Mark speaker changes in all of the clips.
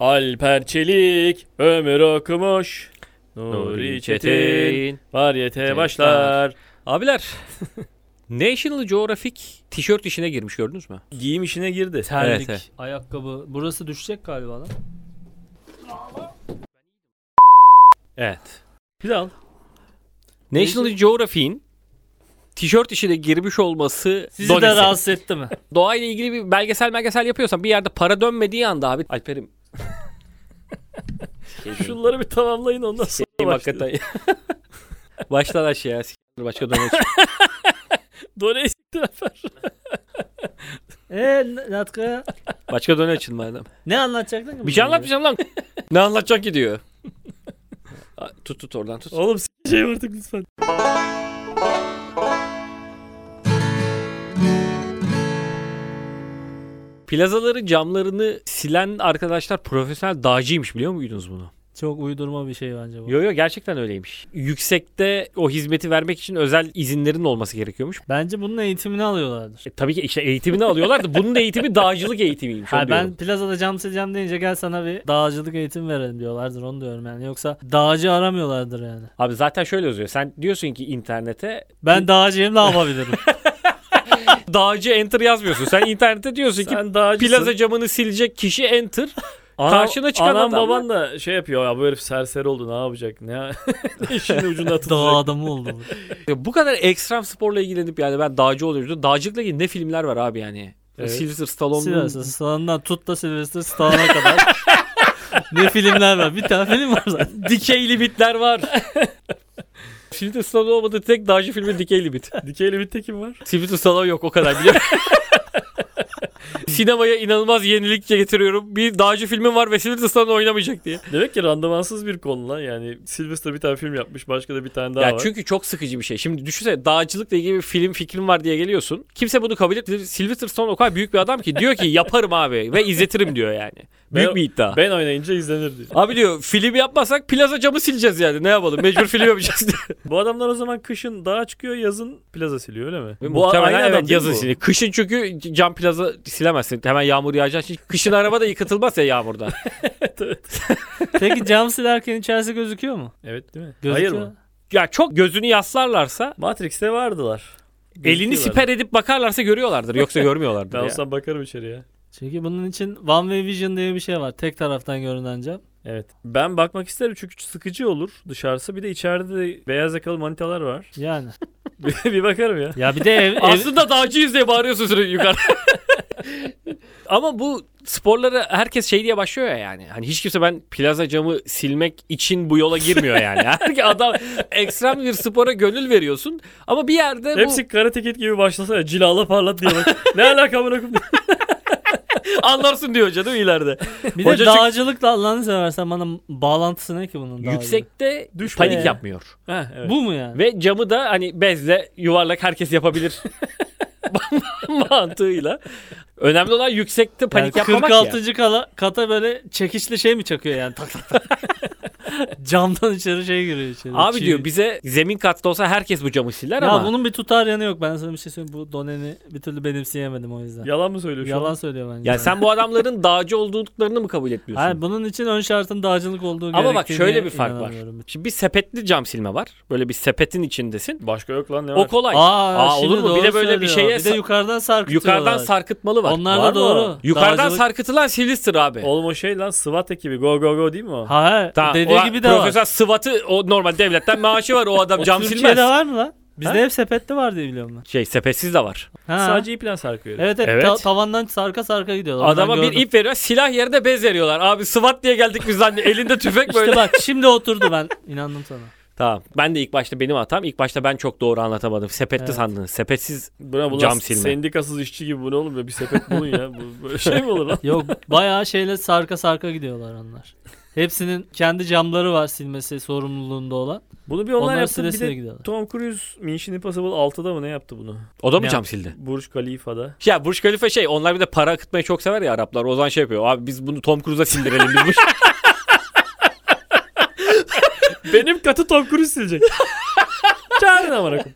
Speaker 1: Alper Çelik, Ömür Okumuş, Nuri
Speaker 2: Nuri
Speaker 1: Çetin,
Speaker 2: Çetin.
Speaker 1: Varyete
Speaker 2: Çetin.
Speaker 1: başlar.
Speaker 2: Abiler National Geographic tişört işine girmiş gördünüz mü?
Speaker 1: Giyim işine girdi.
Speaker 2: Terlik. evet.
Speaker 3: Ayakkabı. Burası düşecek galiba lan.
Speaker 2: Evet.
Speaker 3: Bir daha al.
Speaker 2: National Geographic'in tişört işine girmiş olması
Speaker 3: Sizi
Speaker 2: donesi.
Speaker 3: de rahatsız etti mi?
Speaker 2: Doğayla ilgili bir belgesel belgesel yapıyorsan bir yerde para dönmediği anda abi Alper'im
Speaker 3: Şunları bir tamamlayın ondan sonra
Speaker 2: s**eyim
Speaker 3: başlayalım.
Speaker 2: hakikaten. Baştan aşağıya s**eyim, şey başka dönem.
Speaker 3: Dolayı siktir Afer. Eee Natka
Speaker 2: Başka dönem için madem.
Speaker 3: ne anlatacaktın ki?
Speaker 2: Bir şey anlatmayacağım lan. ne anlatacak ki diyor. Aa, Tut tut oradan tut.
Speaker 3: Oğlum sikeceğim artık lütfen.
Speaker 2: Plazaları camlarını silen arkadaşlar profesyonel dağcıymış biliyor muydunuz bunu?
Speaker 3: Çok uydurma bir şey bence bu.
Speaker 2: Yo yo gerçekten öyleymiş. Yüksekte o hizmeti vermek için özel izinlerin olması gerekiyormuş.
Speaker 3: Bence bunun eğitimini alıyorlardır.
Speaker 2: E, tabii ki işte eğitimini alıyorlar da bunun da eğitimi dağcılık eğitimiymiş. onu
Speaker 3: Ha, ben
Speaker 2: diyorum.
Speaker 3: plazada cam sileceğim deyince gel sana bir dağcılık eğitimi verelim diyorlardır onu diyorum yani. Yoksa dağcı aramıyorlardır yani.
Speaker 2: Abi zaten şöyle yazıyor. Sen diyorsun ki internete
Speaker 3: Ben dağcıyım ne yapabilirim?
Speaker 2: dağcı enter yazmıyorsun. Sen internete diyorsun ki
Speaker 1: Sen dağcısın.
Speaker 2: plaza camını silecek kişi enter.
Speaker 1: Anam-
Speaker 2: karşına çıkan
Speaker 1: anam
Speaker 2: adamlar-
Speaker 1: baban da şey yapıyor ya bu herif serseri oldu ne yapacak? Ne, ne işin ucunda
Speaker 3: Dağ
Speaker 1: atılacak?
Speaker 3: adamı oldu.
Speaker 2: Ya bu kadar ekstrem sporla ilgilenip yani ben dağcı oluyorum. Dağcılıkla ilgili ne filmler var abi yani?
Speaker 1: Evet.
Speaker 2: Sylvester
Speaker 3: bu.
Speaker 2: Stallone'un
Speaker 3: Sylvester Stallone'dan tut da Sylvester Stallone'a kadar. ne filmler var? Bir tane film var zaten.
Speaker 2: dikeyli bitler var. Sylvester Stallone olmadığı tek dağcı filmi dikeyli bit.
Speaker 1: Dikeyli bir tekim var.
Speaker 2: Sylvester Stallone yok o kadar biliyorum. Sinemaya inanılmaz yenilik getiriyorum. Bir dağcı filmi var ve Sylvester Stallone oynamayacak diye.
Speaker 1: Demek ki randımansız bir konu lan yani. Sylvester bir tane film yapmış başka da bir tane daha
Speaker 2: ya
Speaker 1: var.
Speaker 2: çünkü çok sıkıcı bir şey. Şimdi düşünsene dağcılıkla ilgili bir film fikrim var diye geliyorsun. Kimse bunu kabul etmiyor. Sylvester Stallone o kadar büyük bir adam ki diyor ki yaparım abi ve izletirim diyor yani. Büyük
Speaker 1: Ben-
Speaker 2: bir iddia.
Speaker 1: Ben oynayınca izlenir diyor.
Speaker 2: Abi diyor film yapmazsak plaza camı sileceğiz yani. Ne yapalım? Mecbur film yapacağız diyor.
Speaker 1: Bu adamlar o zaman kışın dağa çıkıyor yazın plaza siliyor öyle mi? Bu
Speaker 2: Muhtemelen
Speaker 1: aynı adam
Speaker 2: evet
Speaker 1: değil mi
Speaker 2: yazın
Speaker 1: bu?
Speaker 2: sili. Kışın çünkü cam plaza silemezsin. Hemen yağmur yağacağı için. Kışın araba da yıkatılmaz ya yağmurdan.
Speaker 3: Peki cam silerken içerisi gözüküyor mu?
Speaker 1: Evet değil mi?
Speaker 3: Gözüküyor.
Speaker 1: Hayır mı?
Speaker 2: ya çok gözünü yaslarlarsa
Speaker 1: Matrix'te vardılar.
Speaker 2: elini
Speaker 1: Gözüküyorlar.
Speaker 2: siper edip bakarlarsa görüyorlardır. Yoksa görmüyorlardır.
Speaker 1: Ben
Speaker 2: ya.
Speaker 1: olsam bakarım içeriye.
Speaker 3: Çünkü bunun için One Way Vision diye bir şey var. Tek taraftan görünen cam.
Speaker 1: Evet. Ben bakmak isterim çünkü sıkıcı olur dışarısı. Bir de içeride de beyaz yakalı manitalar var.
Speaker 3: Yani.
Speaker 1: bir bir bakarım ya.
Speaker 3: Ya bir de ev, ev-
Speaker 2: Aslında dağcıyız diye bağırıyorsun sürekli yukarı. Ama bu sporları herkes şey diye başlıyor ya yani. Hani hiç kimse ben plaza camı silmek için bu yola girmiyor yani. Herkes adam ekstrem bir spora gönül veriyorsun ama bir yerde bu
Speaker 1: Hepsi karate kid gibi başlasana cilala parlat diye bak. ne alaka amına koyayım?
Speaker 2: anlarsın diyor hoca değil mi ileride.
Speaker 3: bir de
Speaker 2: Hoca çık-
Speaker 3: dağcılıkla Allah'ını seversen bana bağlantısı ne ki bunun? dağcılık?
Speaker 2: Yüksekte
Speaker 1: Düşme.
Speaker 2: panik yapmıyor.
Speaker 1: Heh, evet.
Speaker 3: Bu mu yani?
Speaker 2: Ve camı da hani bezle yuvarlak herkes yapabilir mantığıyla. Önemli olan yüksekte panik
Speaker 3: yani
Speaker 2: yapmamak
Speaker 3: 46.
Speaker 2: ya.
Speaker 3: Kala, kata böyle çekişli şey mi çakıyor yani? Tak tak tak. Camdan içeri şey giriyor içeri.
Speaker 2: Abi
Speaker 3: Çivi.
Speaker 2: diyor bize zemin katta olsa herkes bu camı siler
Speaker 3: Ya
Speaker 2: ama.
Speaker 3: bunun bir tutar yanı yok. Ben sana bir şey söyleyeyim. Bu Donen'i bir türlü benimseyemedim o yüzden.
Speaker 1: Yalan mı söylüyor şu
Speaker 3: Yalan
Speaker 1: an?
Speaker 3: söylüyor bence.
Speaker 2: Ya sen bu adamların dağcı olduklarını mı kabul etmiyorsun?
Speaker 3: Hayır, bunun için ön şartın dağcılık olduğu
Speaker 2: Ama bak
Speaker 3: gerektiğine
Speaker 2: şöyle bir fark var.
Speaker 3: inanamıyorum.
Speaker 2: Şimdi bir sepetli cam silme var. Böyle bir sepetin içindesin.
Speaker 1: Başka yok lan ne var?
Speaker 2: O kolay.
Speaker 3: Aa,
Speaker 2: Aa,
Speaker 3: şimdi
Speaker 2: olur mu? Bir
Speaker 3: doğru
Speaker 2: de böyle bir
Speaker 3: söylüyor.
Speaker 2: şeye
Speaker 3: bir de
Speaker 2: sa-
Speaker 3: yukarıdan sarkıtıyorlar.
Speaker 2: Yukarıdan sarkıtmalı var.
Speaker 3: Onlar
Speaker 1: Var
Speaker 3: da
Speaker 1: mı?
Speaker 3: doğru.
Speaker 2: Yukarıdan
Speaker 3: Dağcılık-
Speaker 2: sarkıtılan Sylvester abi.
Speaker 1: Oğlum o şey lan SWAT ekibi go go go değil mi o?
Speaker 3: Ha, he.
Speaker 2: Tamam,
Speaker 3: dediği
Speaker 2: o-
Speaker 3: gibi de
Speaker 2: Profesör
Speaker 3: var.
Speaker 2: Sıvat'ı o normal devletten maaşı var. O adam
Speaker 3: O
Speaker 2: cam
Speaker 3: Türkiye'de
Speaker 2: silmez.
Speaker 3: var mı lan? Bizde hep sepetli var diye biliyorum ben.
Speaker 2: Şey sepetsiz de var.
Speaker 3: Ha.
Speaker 1: Sadece ip lan sarkıyor.
Speaker 3: Evet evet,
Speaker 2: Evet.
Speaker 3: ta- tavandan sarka sarka gidiyorlar. Ondan
Speaker 2: Adama bir
Speaker 3: gördüm.
Speaker 2: ip veriyor. Silah yerine bez veriyorlar. Abi Sıvat diye geldik biz zanne. Elinde tüfek böyle.
Speaker 3: İşte bak şimdi oturdu ben inandım sana.
Speaker 2: Tamam. Ben de ilk başta benim hatam. İlk başta ben çok doğru anlatamadım. Sepetli
Speaker 3: Evet.
Speaker 2: sandınız. Sepetsiz
Speaker 1: Buna bunlar
Speaker 2: Cam silme.
Speaker 1: sendikasız işçi gibi bu ne oğlum ya bir sepet bulun ya. Bu böyle şey mi olur lan?
Speaker 3: Yok bayağı şeyle sarka sarka gidiyorlar onlar. Hepsinin kendi camları var silmesi sorumluluğunda olan.
Speaker 1: Bunu bir onlar,
Speaker 3: Onlar
Speaker 1: yaptı bir
Speaker 3: sırasıyla
Speaker 1: de
Speaker 3: gidiyorlar.
Speaker 1: Tom Cruise Mission Impossible 6'da mı ne yaptı bunu?
Speaker 2: o da mı
Speaker 3: Ne
Speaker 2: cam sildi?
Speaker 1: Burj Khalifa'da.
Speaker 2: Ya Burj Khalifa şey onlar bir de para akıtmayı çok sever ya Araplar. O zaman şey yapıyor. Abi biz bunu Tom Cruise'a sindirelim biz. bu-
Speaker 1: Benim katı Tom Cruise silecek. Çağırın amına koyayım.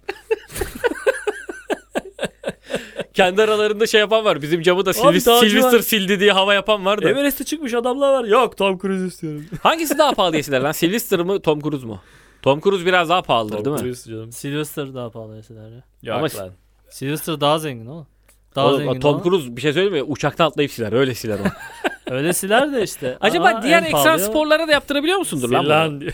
Speaker 2: Kendi aralarında şey yapan var. Bizim camı da Silvi-
Speaker 1: daha acı
Speaker 2: Sylvester
Speaker 1: var.
Speaker 2: sildi diye hava yapan var da.
Speaker 1: Everest'e çıkmış adamlar var. Yok Tom Cruise istiyorum.
Speaker 2: Hangisi daha pahalı yesinler lan? Sylvester mı Tom Cruise mu? Tom Cruise biraz daha pahalıdır
Speaker 1: Tom
Speaker 2: değil mi?
Speaker 1: Cruise canım.
Speaker 3: Sylvester daha pahalı yeseler ya.
Speaker 1: Yok
Speaker 2: Ama-
Speaker 1: lan.
Speaker 3: Sylvester daha zengin oğlum. Daha
Speaker 2: Oğlum,
Speaker 3: zengin
Speaker 2: Tom
Speaker 3: ama.
Speaker 2: Cruise bir şey söyleyeyim mi? Uçaktan atlayıp siler. Öyle siler onu.
Speaker 3: Öylesiler de işte.
Speaker 2: Acaba
Speaker 3: Aa,
Speaker 2: diğer
Speaker 3: en
Speaker 2: eksen
Speaker 3: pahalıya-
Speaker 2: sporlara da yaptırabiliyor musundur lan? bunu?
Speaker 1: Silan diyor.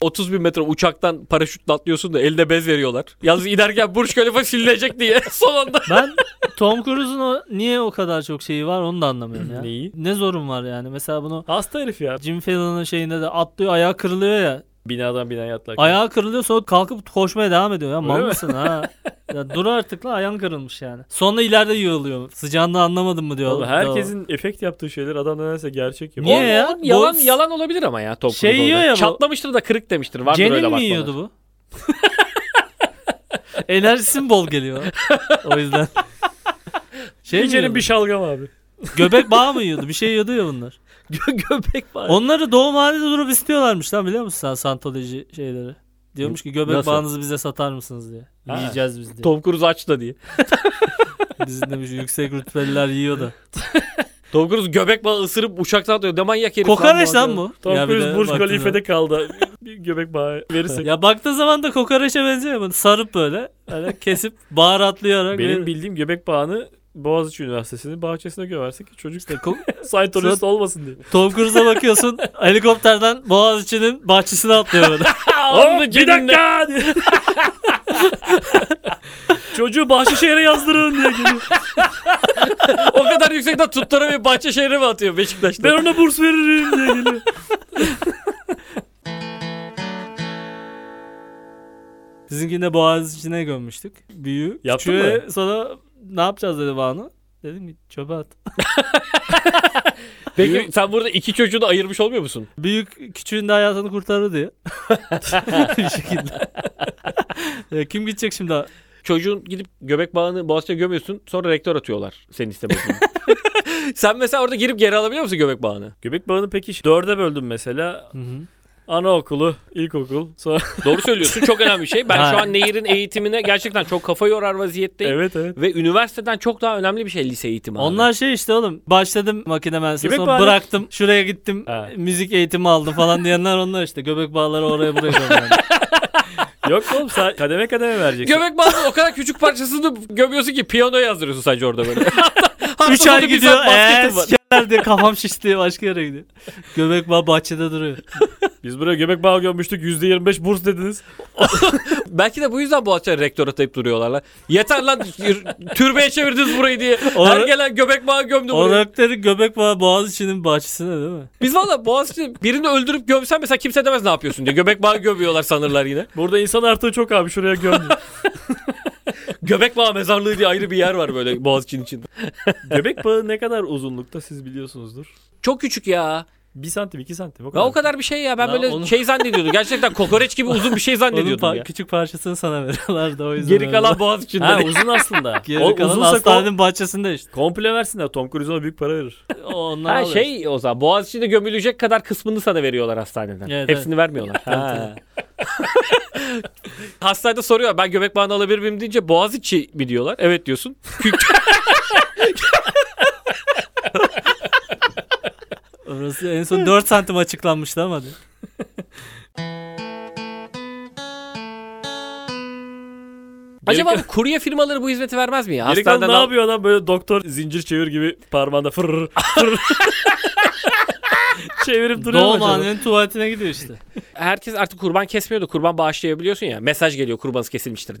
Speaker 2: 30 bin metre uçaktan paraşütle atlıyorsun da elde bez veriyorlar. Yalnız inerken Burç Khalifa silinecek diye son anda.
Speaker 3: Ben Tom Cruise'un o niye o kadar çok şeyi var onu da anlamıyorum ya.
Speaker 1: Neyi?
Speaker 3: ne zorun var yani? Mesela bunu
Speaker 1: Hasta herif ya.
Speaker 3: Jim Fallon'ın şeyinde de atlıyor ayağı kırılıyor ya.
Speaker 1: Binadan binaya atlar.
Speaker 3: Ayağı kırılıyor sonra kalkıp koşmaya devam ediyor ya. Mal
Speaker 1: Öyle mi?
Speaker 3: mısın ha? Ya dur artık lan ayağın kırılmış yani. Sonra ileride yığılıyor. Sıcağını anlamadın mı diyor.
Speaker 1: Oğlum, herkesin efekt yaptığı şeyler adam nedense gerçek gibi.
Speaker 3: Niye
Speaker 2: Oğlum,
Speaker 3: ya?
Speaker 2: oğlum Yalan
Speaker 3: Bu-
Speaker 2: yalan olabilir ama ya Tom
Speaker 3: Şey
Speaker 2: Cruise
Speaker 3: yiyor
Speaker 2: orada.
Speaker 3: ya bu-
Speaker 2: Çatlamıştır da kırık demiştir. Vardır öyle
Speaker 3: Cenil mi
Speaker 2: bakmalar.
Speaker 3: yiyordu bu? Enerjisi mi bol geliyor. O yüzden. Şey mi
Speaker 1: Gecenin
Speaker 3: yiyordu?
Speaker 1: bir şey- şalgam abi.
Speaker 3: Göbek bağı mı yiyordu? Bir şey yiyordu ya bunlar.
Speaker 2: Gö- göbek var.
Speaker 3: Onları doğum halinde durup istiyorlarmış lan biliyor musun sen Santoloji şeyleri. Diyormuş ki göbek
Speaker 2: Nasıl?
Speaker 3: bağınızı bize satar mısınız diye.
Speaker 1: Ha.
Speaker 3: Yiyeceğiz biz diye.
Speaker 2: Tom Cruise aç da diye.
Speaker 3: Bizim demiş yüksek rütbeliler yiyor da.
Speaker 2: Tom Cruise göbek bağı ısırıp uçaktan atlıyor. Ne manyak herif.
Speaker 3: Kokoreç lan
Speaker 2: diyor.
Speaker 3: bu.
Speaker 1: Tom
Speaker 3: Ya bir
Speaker 1: Cruise
Speaker 3: de
Speaker 1: Burj
Speaker 3: baktığın
Speaker 1: Khalifa'da kaldı. bir göbek bağı
Speaker 3: zaman-
Speaker 1: verirsin.
Speaker 3: Ya baktığı zaman da kokoreçe benziyor ama sarıp böyle. Öyle kesip baharatlayarak.
Speaker 1: Benim
Speaker 3: böyle-
Speaker 1: bildiğim göbek bağını Boğaziçi Üniversitesi'nin bahçesine gömersin ki çocuk
Speaker 3: İşte ko-
Speaker 1: Scientologist olmasın diye.
Speaker 3: Tom Cruise'a bakıyorsun helikopterden Boğaziçi'nin bahçesine atlıyor böyle.
Speaker 1: Hop,
Speaker 2: Alnı
Speaker 1: bir
Speaker 2: cebinde.
Speaker 1: dakika! diye. Çocuğu Bahçeşehir'e yazdırın diye geliyor.
Speaker 2: O kadar yüksekten tutturamayıp Bahçeşehir'e mi atıyor Beşiktaş'ta?
Speaker 1: Ben ona burs veririm diye geliyor.
Speaker 3: Sizinkinde Boğaziçi'ne gömmüştük. Büyü.
Speaker 1: Yaptın
Speaker 3: küçüğe Sonra ne yapacağız dedi Banu. Dedim ki çöpe at.
Speaker 2: Peki sen burada iki çocuğu da ayırmış olmuyor musun?
Speaker 3: Büyük küçüğün de hayatını kurtarır diye. Bir şekilde. Ya kim gidecek şimdi?
Speaker 2: Çocuğun gidip göbek bağını boğazına gömüyorsun sonra rektör atıyorlar senin istemediğin. sen mesela orada girip geri alabiliyor musun göbek bağını?
Speaker 1: Göbek bağını peki dörde böldüm mesela. Anaokulu, ilkokul. Sonra...
Speaker 2: Doğru söylüyorsun çok önemli bir şey. Ben şu
Speaker 3: Ha.
Speaker 2: an Nehir'in eğitimine gerçekten çok kafa yorar vaziyetteyim.
Speaker 1: evet evet.
Speaker 2: Ve üniversiteden çok daha önemli bir şey lise eğitimi. abi.
Speaker 3: Onlar şey işte oğlum. Başladım makine mühendisliği
Speaker 1: Göbek
Speaker 3: sonra
Speaker 1: bağları-
Speaker 3: bıraktım. Şuraya gittim.
Speaker 1: Ha.
Speaker 3: Müzik eğitimi aldım falan diyenler onlar işte. Göbek bağları oraya buraya gömüyorlar.
Speaker 1: Yok oğlum sen kademe kademe vereceksin.
Speaker 2: Göbek bağını o kadar küçük parçasını gömüyorsun ki piyano yazdırıyorsun sadece orada böyle. Haftada
Speaker 3: 3 ay
Speaker 2: bir saat
Speaker 3: gidiyor. Eee
Speaker 2: basketim var.
Speaker 3: sikerler diye kafam şişti. Başka yere gidiyor. Göbek bağı bahçede duruyor.
Speaker 1: Biz buraya göbek bağı gömmüştük. %25 burs dediniz.
Speaker 2: Belki de bu yüzden Boğaziçi'ne rektör atayıp duruyorlar lan. Yeter lan türbeye çevirdiniz burayı diye. Her
Speaker 3: Or-
Speaker 2: gelen göbek bağı gömdü burayı.
Speaker 3: O rektörün göbek bağı Boğaziçi'nin bahçesine değil mi?
Speaker 2: Biz valla Boğaziçi birini öldürüp gömsen mesela kimse demez ne yapıyorsun diye. Göbek bağı gömüyorlar sanırlar yine.
Speaker 1: Burada insan artığı çok abi şuraya göm.
Speaker 2: Göbek bağı mezarlığı diye ayrı bir yer var böyle Boğaziçi'nin içinde.
Speaker 1: göbek bağı ne kadar uzunlukta siz biliyorsunuzdur.
Speaker 2: Çok küçük ya.
Speaker 1: 1 santim 2 santim o
Speaker 2: Ya
Speaker 1: kadar.
Speaker 2: o kadar bir şey ya. Ben
Speaker 3: Ya
Speaker 2: böyle
Speaker 3: onu-
Speaker 2: şey zannediyordum. Gerçekten kokoreç gibi uzun bir şey
Speaker 3: Onun
Speaker 2: zannediyordum
Speaker 3: par-
Speaker 2: ya.
Speaker 3: küçük parçasını sana veriyorlar da o yüzden.
Speaker 2: Geri
Speaker 3: öyle.
Speaker 2: kalan Boğaziçi'nde.
Speaker 1: Ha uzun aslında.
Speaker 3: Geri
Speaker 1: O-
Speaker 3: kalan
Speaker 1: uzunsa kom-
Speaker 3: hastanenin bahçesinde işte.
Speaker 1: komple versinler. Tom Cruise ona büyük para verir.
Speaker 3: Onlar
Speaker 2: Ha şey o zaman Boğaziçi'nde gömülecek kadar kısmını sana veriyorlar hastaneden.
Speaker 3: Evet,
Speaker 2: Hepsini vermiyorlar. Ha. Hastanede soruyor ben göbek bağını alabilir miyim deyince Boğaziçi mi diyorlar. Evet diyorsun.
Speaker 3: Orası en son 4 santim açıklanmıştı ama. diyor.
Speaker 2: Acaba bu kurye firmaları bu hizmeti vermez mi ya?
Speaker 1: Geri kalan
Speaker 2: Hastaneden
Speaker 1: ne
Speaker 2: al-
Speaker 1: yapıyor adam böyle doktor zincir çevir gibi parmağında fırr fırr. Çevirip duruyor mu acaba?
Speaker 3: Doğumhanenin tuvaletine gidiyor işte.
Speaker 2: Herkes artık kurban kesmiyordu. Kurban bağışlayabiliyorsun ya. Mesaj geliyor kurbanız kesilmiştir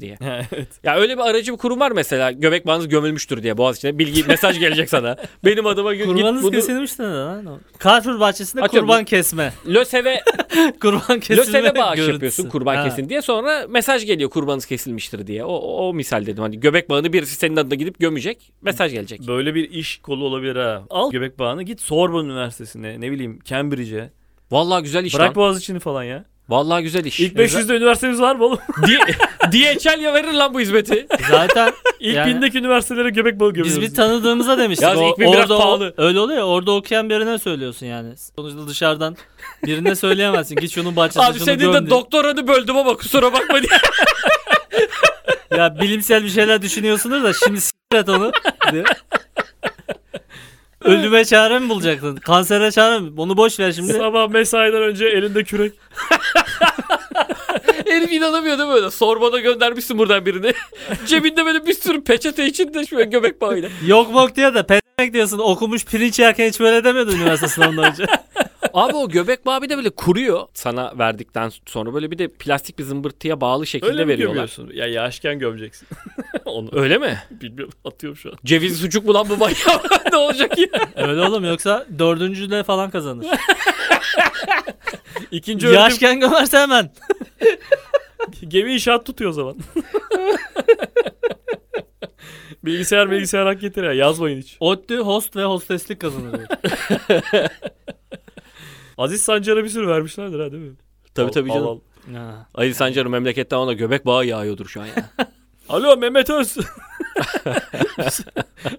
Speaker 2: diye.
Speaker 1: evet.
Speaker 2: Ya öyle bir aracı bir kurum var mesela. Göbek bağınız gömülmüştür diye Boğaziçi'ne. Bilgi mesaj gelecek sana. Benim adıma gö-
Speaker 3: Kurbanınız
Speaker 2: git bunu-
Speaker 3: kesilmiş de ne lan o? Carrefour bahçesinde
Speaker 2: Atıyorum.
Speaker 3: kurban kesme.
Speaker 2: LÖSEV'e
Speaker 3: Kurban kesilme
Speaker 2: LÖSEV'e bağış
Speaker 3: görüntüsü.
Speaker 2: yapıyorsun kurban
Speaker 3: Ha.
Speaker 2: kesin diye. Sonra mesaj geliyor kurbanınız kesilmiştir diye. O, o, o misal dedim. Hani göbek bağını birisi senin adına gidip gömecek. Mesaj gelecek.
Speaker 1: Böyle bir iş kolu olabilir ha. Al göbek bağını git Sorbonne Üniversitesi'ne ne bileyim Cambridge'e.
Speaker 2: Vallahi güzel iş
Speaker 1: Bırak
Speaker 2: lan.
Speaker 1: Boğaziçi'ni falan ya.
Speaker 2: Vallahi güzel iş.
Speaker 1: İlk 500'de üniversitemiz var mı oğlum?
Speaker 2: D- DHL ya verir lan bu hizmeti.
Speaker 3: Zaten
Speaker 1: İlk
Speaker 3: Yani-
Speaker 1: bindeki üniversitelere göbek bağı
Speaker 3: biz
Speaker 1: gömüyoruz.
Speaker 3: bir tanıdığımıza demiştik.
Speaker 2: Yalnız
Speaker 3: O-
Speaker 2: ilk bir biraz
Speaker 3: orada o-
Speaker 2: pahalı.
Speaker 3: öyle oluyor ya, orada okuyan birine söylüyorsun yani. Sonuçta dışarıdan birine söyleyemezsin. Git şunun bahçesine
Speaker 2: Abi
Speaker 3: şunu
Speaker 2: senin
Speaker 3: göm
Speaker 2: de
Speaker 3: diye.
Speaker 2: doktoranı böldüm ama kusura bakma diye.
Speaker 3: Ya bilimsel bir şeyler düşünüyorsunuz da şimdi s- et onu. diyor. Ölüme çare mi bulacaktın? Kansere çare mi? Onu boş ver şimdi.
Speaker 1: Sabah mesaiden önce elinde kürek.
Speaker 2: Herif inanamıyor değil mi öyle? Sorbana göndermişsin buradan birini. Cebinde böyle bir sürü peçete içinde şöyle göbek bağıyla.
Speaker 3: Yok mok diyor da pedemek diyorsun. Okumuş pirinç yerken hiç böyle demiyordu üniversite sınavından önce.
Speaker 2: Abi o göbek bağı bir de böyle kuruyor. Sana verdikten sonra böyle bir de plastik bir zımbırtıya bağlı şekilde
Speaker 1: Öyle mi
Speaker 2: veriyorlar.
Speaker 1: gömüyorsun? Ya yaşken gömeceksin. Onu
Speaker 2: Öyle mi?
Speaker 1: bilmiyorum. Atıyorum şu an.
Speaker 2: Ceviz sucuk mu lan bu bayağı? ne olacak ya?
Speaker 3: Öyle oğlum yoksa dördüncüde falan kazanır.
Speaker 1: İkinci öğretim
Speaker 3: Yaşken gömerse hemen.
Speaker 1: gemi inşaat tutuyor o zaman. bilgisayar bilgisayar hak getire. Yazmayın hiç.
Speaker 3: ODTÜ host ve hosteslik kazanır.
Speaker 1: Aziz Sancar'a bir sürü vermişlerdir ha değil mi?
Speaker 2: Tabii
Speaker 1: Al-
Speaker 2: tabii
Speaker 1: al-
Speaker 2: canım.
Speaker 1: al.
Speaker 3: Ha.
Speaker 2: Ali Sancar'ın memleketten ona göbek bağı yağıyordur şu an ya.
Speaker 1: Alo Mehmet Öz.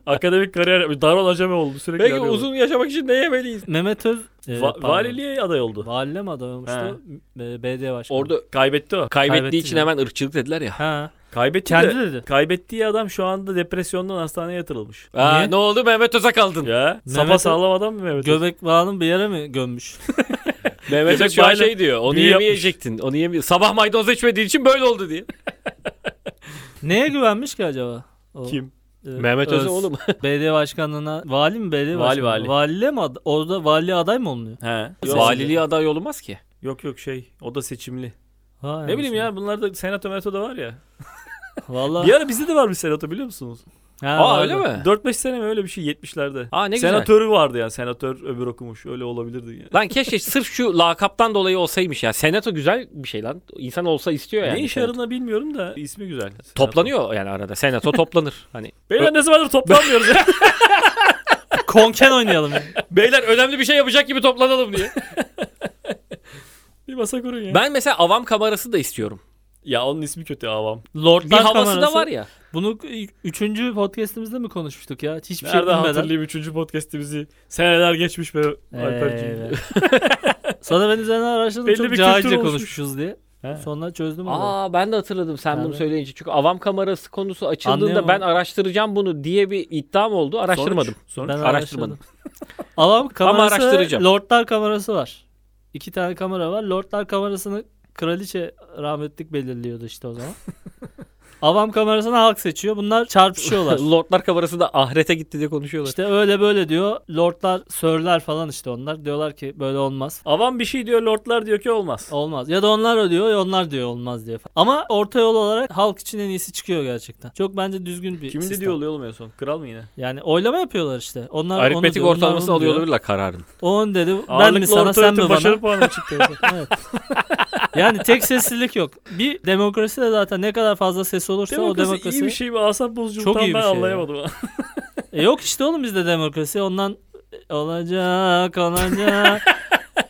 Speaker 1: Akademik kariyer Darol Acemi oldu sürekli.
Speaker 2: Peki
Speaker 1: arıyorlar.
Speaker 2: uzun yaşamak için ne yemeliyiz?
Speaker 3: Mehmet Öz. e,
Speaker 1: Va-
Speaker 3: pardon.
Speaker 1: valiliğe aday oldu.
Speaker 3: Valile mi aday olmuştu? B- BD başkanı.
Speaker 2: Orada
Speaker 1: Kaybetti o.
Speaker 2: kaybettiği
Speaker 3: Kaybetti
Speaker 2: için
Speaker 3: ya.
Speaker 2: hemen ırkçılık dediler ya.
Speaker 3: Ha.
Speaker 1: Kaybetti
Speaker 3: Kendi
Speaker 1: de-
Speaker 3: dedi.
Speaker 1: Kaybettiği adam şu anda depresyondan hastaneye yatırılmış.
Speaker 2: Aa,
Speaker 3: Niye?
Speaker 2: ne oldu Mehmet Öz'e kaldın?
Speaker 1: Ya sapa sağlam adam mı Mehmet? Öz?
Speaker 3: Göbek bağını bir yere mi gömmüş?
Speaker 2: Mehmet
Speaker 1: Göbek
Speaker 2: Öz şu an
Speaker 1: bağıyla
Speaker 2: şey diyor. Onu
Speaker 1: büyü yapmış.
Speaker 2: yemeyecektin. Onu yeme Sabah maydanoz içmediğin için böyle oldu diye.
Speaker 3: Neye güvenmiş ki acaba? O,
Speaker 1: Kim?
Speaker 3: e,
Speaker 2: Mehmet Öz'e
Speaker 3: Öz.
Speaker 2: oğlum.
Speaker 3: BD başkanlığına vali mi BD
Speaker 1: Vali,
Speaker 3: başkanı?
Speaker 1: vali.
Speaker 3: Valile mi? ad- Orada vali aday mı olunuyor?
Speaker 1: He.
Speaker 3: Yok.
Speaker 2: Valiliğe aday olmaz ki.
Speaker 1: Yok yok şey o da seçimli.
Speaker 3: Vay
Speaker 1: Ne bileyim
Speaker 3: anasını.
Speaker 1: ya bunlar da senato menato da var ya.
Speaker 2: Ah.
Speaker 3: Vallahi.
Speaker 1: Bir ara bizde de varmış senato biliyor musunuz?
Speaker 3: Ha,
Speaker 2: Aa
Speaker 3: vardı.
Speaker 2: öyle mi?
Speaker 1: 4-5 sene mi öyle bir şey 70'lerde.
Speaker 2: Aa ne güzel.
Speaker 1: Senatörü vardı yani senatör öbür okumuş öyle olabilirdi yani.
Speaker 2: Lan keşke sırf şu lakaptan dolayı olsaymış ya. Senato güzel bir şey lan. İnsan olsa istiyor yani.
Speaker 1: ne iş
Speaker 2: senato.
Speaker 1: yarına bilmiyorum da ismi güzel. Senato.
Speaker 2: Toplanıyor yani arada. Senato toplanır. Hani
Speaker 1: Beyler ne zamandır toplanmıyoruz ya.
Speaker 3: Konken oynayalım. ya.
Speaker 2: beyler önemli bir şey yapacak gibi toplanalım diye.
Speaker 1: bir masa kurun ya.
Speaker 2: ben mesela avam kamerası da istiyorum.
Speaker 1: Ya onun ismi kötü avam.
Speaker 3: Lordlar
Speaker 2: Bir havası da
Speaker 3: kamerası.
Speaker 2: var ya.
Speaker 3: Bunu ü- üçüncü podcastimizde mi konuşmuştuk ya? Hiçbir şey
Speaker 1: Nereden
Speaker 3: bilmeden.
Speaker 1: hatırlayayım 3. podcastimizi. Seneler geçmiş be Alperciğim.
Speaker 3: Evet. Sonra ben üzerine araştırdım
Speaker 1: Belli
Speaker 3: çok
Speaker 1: bir
Speaker 3: cahilce
Speaker 1: kültür oluşmuş.
Speaker 3: konuşmuşuz diye.
Speaker 1: He.
Speaker 3: Sonra çözdüm onu.
Speaker 2: Aa ben de hatırladım sen bunu
Speaker 3: Nerede?
Speaker 2: söyleyince. Çünkü avam kamerası konusu açıldığında
Speaker 3: Anlayamadım.
Speaker 2: ben araştıracağım bunu diye bir iddiam oldu. Araştırmadım.
Speaker 1: Sonuç, sonuç.
Speaker 3: Ben
Speaker 2: araştırmadım.
Speaker 3: araştırmadım. Avam kamerası
Speaker 2: araştıracağım.
Speaker 3: Lordlar kamerası var. İki tane kamera var. Lordlar kamerasını kraliçe rahmetlik belirliyordu işte o zaman. Avam kamerasını halk seçiyor. Bunlar çarpışıyorlar.
Speaker 2: Lordlar kamerası da ahirete gitti diye konuşuyorlar.
Speaker 3: işte öyle böyle diyor. Lordlar, sörler falan işte onlar. Diyorlar ki böyle olmaz.
Speaker 1: Avam bir şey diyor lordlar diyor ki olmaz.
Speaker 3: Olmaz. Ya da onlar ödüyor ya onlar diyor olmaz diye falan. Ama orta yol olarak halk için en iyisi çıkıyor gerçekten. Çok bence düzgün bir
Speaker 1: Kimin
Speaker 3: sistem.
Speaker 1: dediği oluyor olmuyor son? Kral mı yine?
Speaker 3: Yani oylama yapıyorlar işte. Onlar onu
Speaker 2: Aritmetik
Speaker 3: diyor, onlar
Speaker 2: ortalaması
Speaker 3: onu diyor.
Speaker 2: alıyor olabilirler kararın.
Speaker 3: O on dedi. Ben mi
Speaker 1: Ağırlıklı
Speaker 3: sana
Speaker 1: orta
Speaker 3: sen mi
Speaker 1: öğretim
Speaker 3: bana?
Speaker 1: Başarı puanı çıktı.
Speaker 3: Evet. yani tek seslilik yok. Bir demokrasi de zaten ne kadar fazla ses olursa
Speaker 1: demokrasi,
Speaker 3: o demokrasi.
Speaker 1: iyi bir şey mi? Asap bozucu
Speaker 3: Çok
Speaker 1: Çok
Speaker 3: iyi bir
Speaker 1: ben
Speaker 3: şey ya.
Speaker 1: anlayamadım.
Speaker 3: E yok işte oğlum bizde demokrasi. Ondan olacak, olacak.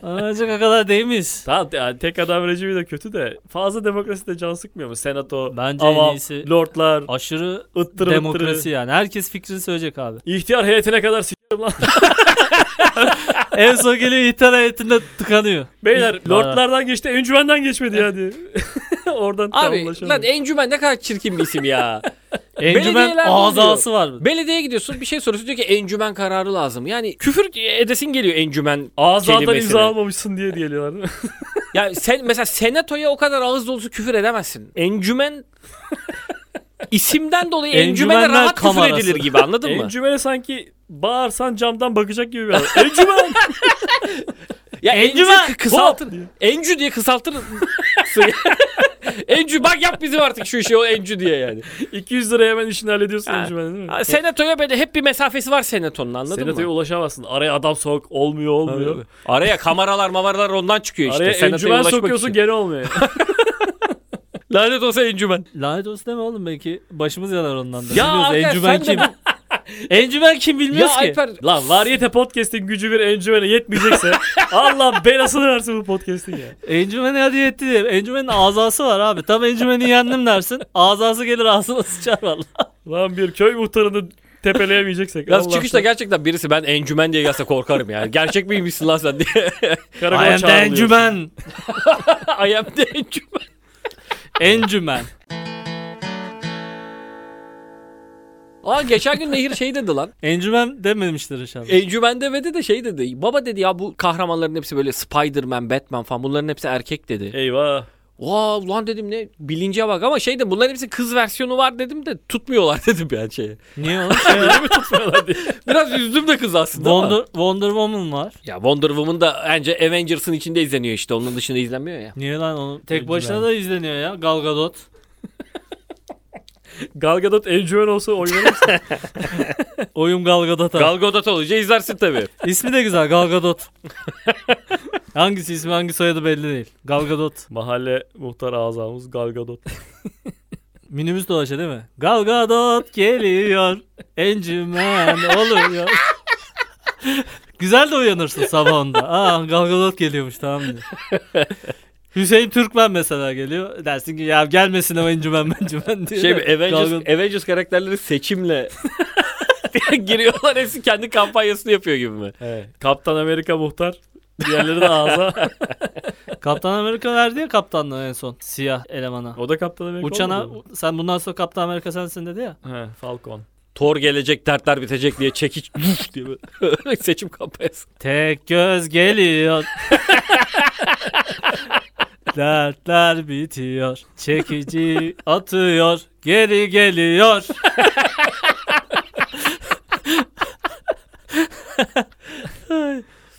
Speaker 3: olacak o kadar değil miyiz?
Speaker 1: tamam yani tek adam rejimi de kötü de fazla demokrasi de can sıkmıyor mu? Senato,
Speaker 3: Bence en
Speaker 1: avam,
Speaker 3: iyisi
Speaker 1: lordlar,
Speaker 3: aşırı
Speaker 1: ıttırı
Speaker 3: demokrasi
Speaker 1: mıttırı.
Speaker 3: yani. Herkes fikrini söyleyecek abi.
Speaker 1: İhtiyar heyetine kadar sikerim lan.
Speaker 3: en son geliyor İtalya heyetinde tıkanıyor.
Speaker 1: Beyler
Speaker 3: Bana-
Speaker 1: lordlardan geçti, encümenden geçmedi yani. Oradan
Speaker 2: Abi lan
Speaker 1: tamamlaşamadı.
Speaker 2: encümen ne kadar çirkin bir isim ya.
Speaker 3: Encümen
Speaker 2: Belediyeler
Speaker 3: azası var.
Speaker 2: Belediyeye gidiyorsun bir şey soruyorsun diyor ki encümen kararı lazım. Yani küfür edesin geliyor encümen
Speaker 1: Ağzından
Speaker 2: kelimesine.
Speaker 1: imza almamışsın diye diyorlar değil mi?
Speaker 2: Ya sen mesela senatoya o kadar ağız dolusu küfür edemezsin. Encümen isimden dolayı encümene
Speaker 3: Encümenler
Speaker 2: rahat
Speaker 3: kamerası.
Speaker 2: küfür edilir gibi anladın mı?
Speaker 1: Encümene sanki bağırsan camdan bakacak gibi bir adam. Encümen!
Speaker 2: Ya
Speaker 3: Encümen!
Speaker 2: encümen kısaltın. Encü diye kısaltır. Encü bak yap bizim artık şu işi o Encü diye yani.
Speaker 1: 200 liraya hemen işini hallediyorsun
Speaker 2: Ha.
Speaker 1: encümene değil mi?
Speaker 2: Ha, Senatoya böyle hep bir mesafesi var senatonun anladın
Speaker 1: Senatoya
Speaker 2: mı?
Speaker 1: ulaşamazsın. Araya adam sok. Olmuyor olmuyor.
Speaker 2: Araya kameralar mavaralar ondan çıkıyor işte.
Speaker 1: Araya
Speaker 2: senatoya
Speaker 1: encümen
Speaker 2: ulaşmak
Speaker 1: sokuyorsun
Speaker 2: için.
Speaker 1: gene olmuyor.
Speaker 2: Lanet olsa encümen.
Speaker 3: Lanet olsun deme oğlum belki başımız yanar ondan da.
Speaker 2: Ya
Speaker 3: Bilmiyoruz,
Speaker 2: Alper,
Speaker 3: encümen
Speaker 2: sen
Speaker 3: kim?
Speaker 2: de
Speaker 3: encümen kim
Speaker 2: Ya
Speaker 3: bilmiyoruz ki.
Speaker 2: Alper
Speaker 1: Lan varyete podcast'in gücü bir encümene yetmeyecekse Allah belasını versin bu podcast'in ya.
Speaker 3: Encümen hadi yetti diye. Encümenin azası var abi. Tam encümeni yendim dersin. Azası gelir ağzına sıçar valla.
Speaker 1: Lan bir köy muhtarını tepeleyemeyeceksek.
Speaker 2: Yalnız
Speaker 1: Allah
Speaker 2: çıkışta gerçekten birisi ben encümen diye gelse korkarım yani. Gerçek miymişsin lan sen diye.
Speaker 1: karakola çağrılıyor.
Speaker 3: encümen.
Speaker 2: I am the encümen.
Speaker 3: Encümen.
Speaker 2: Aa geçen gün Nehir şey dedi lan.
Speaker 3: Encümen dememiştir inşallah.
Speaker 2: Encümende dedi de şey dedi. Baba dedi ya bu kahramanların hepsi böyle Spider-Man, Batman falan bunların hepsi erkek dedi.
Speaker 1: Eyvah.
Speaker 2: Vaa ulan dedim ne bilince bak ama şey de bunların hepsi kız versiyonu var dedim de tutmuyorlar dedim yani şeye.
Speaker 3: Niye oğlum? Şey
Speaker 1: Elini mi tutmuyorlar diye.
Speaker 2: Biraz üzdüm de kız aslında ama.
Speaker 3: Wonder, Wonder Woman var.
Speaker 2: Ya Wonder Woman da bence Avengers'ın içinde izleniyor işte. Onun dışında izlenmiyor ya.
Speaker 3: Niye lan onu? Tek
Speaker 1: Encümen.
Speaker 3: başına da izleniyor ya Gal Gadot.
Speaker 1: Gal Gadot encümen olsa oynar mısın?
Speaker 3: Oyum Gal Gadot'a.
Speaker 2: Gal Gadot olunca izlersin tabii.
Speaker 3: İsmi de güzel Gal Gadot. Hangisi ismi hangi soyadı belli değil. Gal Gadot.
Speaker 1: Mahalle muhtar azamız Gal Gadot.
Speaker 3: Minibüs dolaşıyor değil mi? Gal Gadot geliyor. Encümen oluyor. güzel de uyanırsın sabah onda. Aa Gal Gadot geliyormuş tamam diyor. Hüseyin Türkmen mesela geliyor. Dersin ki ya gelmesin o encümen mencümen diye.
Speaker 2: Şey
Speaker 3: de Gal
Speaker 2: Avengers,
Speaker 3: Gadot-
Speaker 2: Avengers karakterleri seçimle giriyorlar hepsi kendi kampanyasını yapıyor gibi mi?
Speaker 1: Evet. Kaptan Amerika muhtar. Diğerleri de ağza.
Speaker 3: Kaptan Amerika verdi ya kaptanlığı en son. Siyah elemana.
Speaker 1: O da Kaptan Amerika
Speaker 3: Uçana
Speaker 1: olmadı mı?
Speaker 3: sen bundan sonra Kaptan Amerika sensin dedi ya.
Speaker 1: He, Falcon.
Speaker 2: Thor gelecek dertler bitecek diye çekiç diye böyle seçim kampanyası.
Speaker 3: Tek göz geliyor. Dertler bitiyor. Çekici atıyor. Geri geliyor.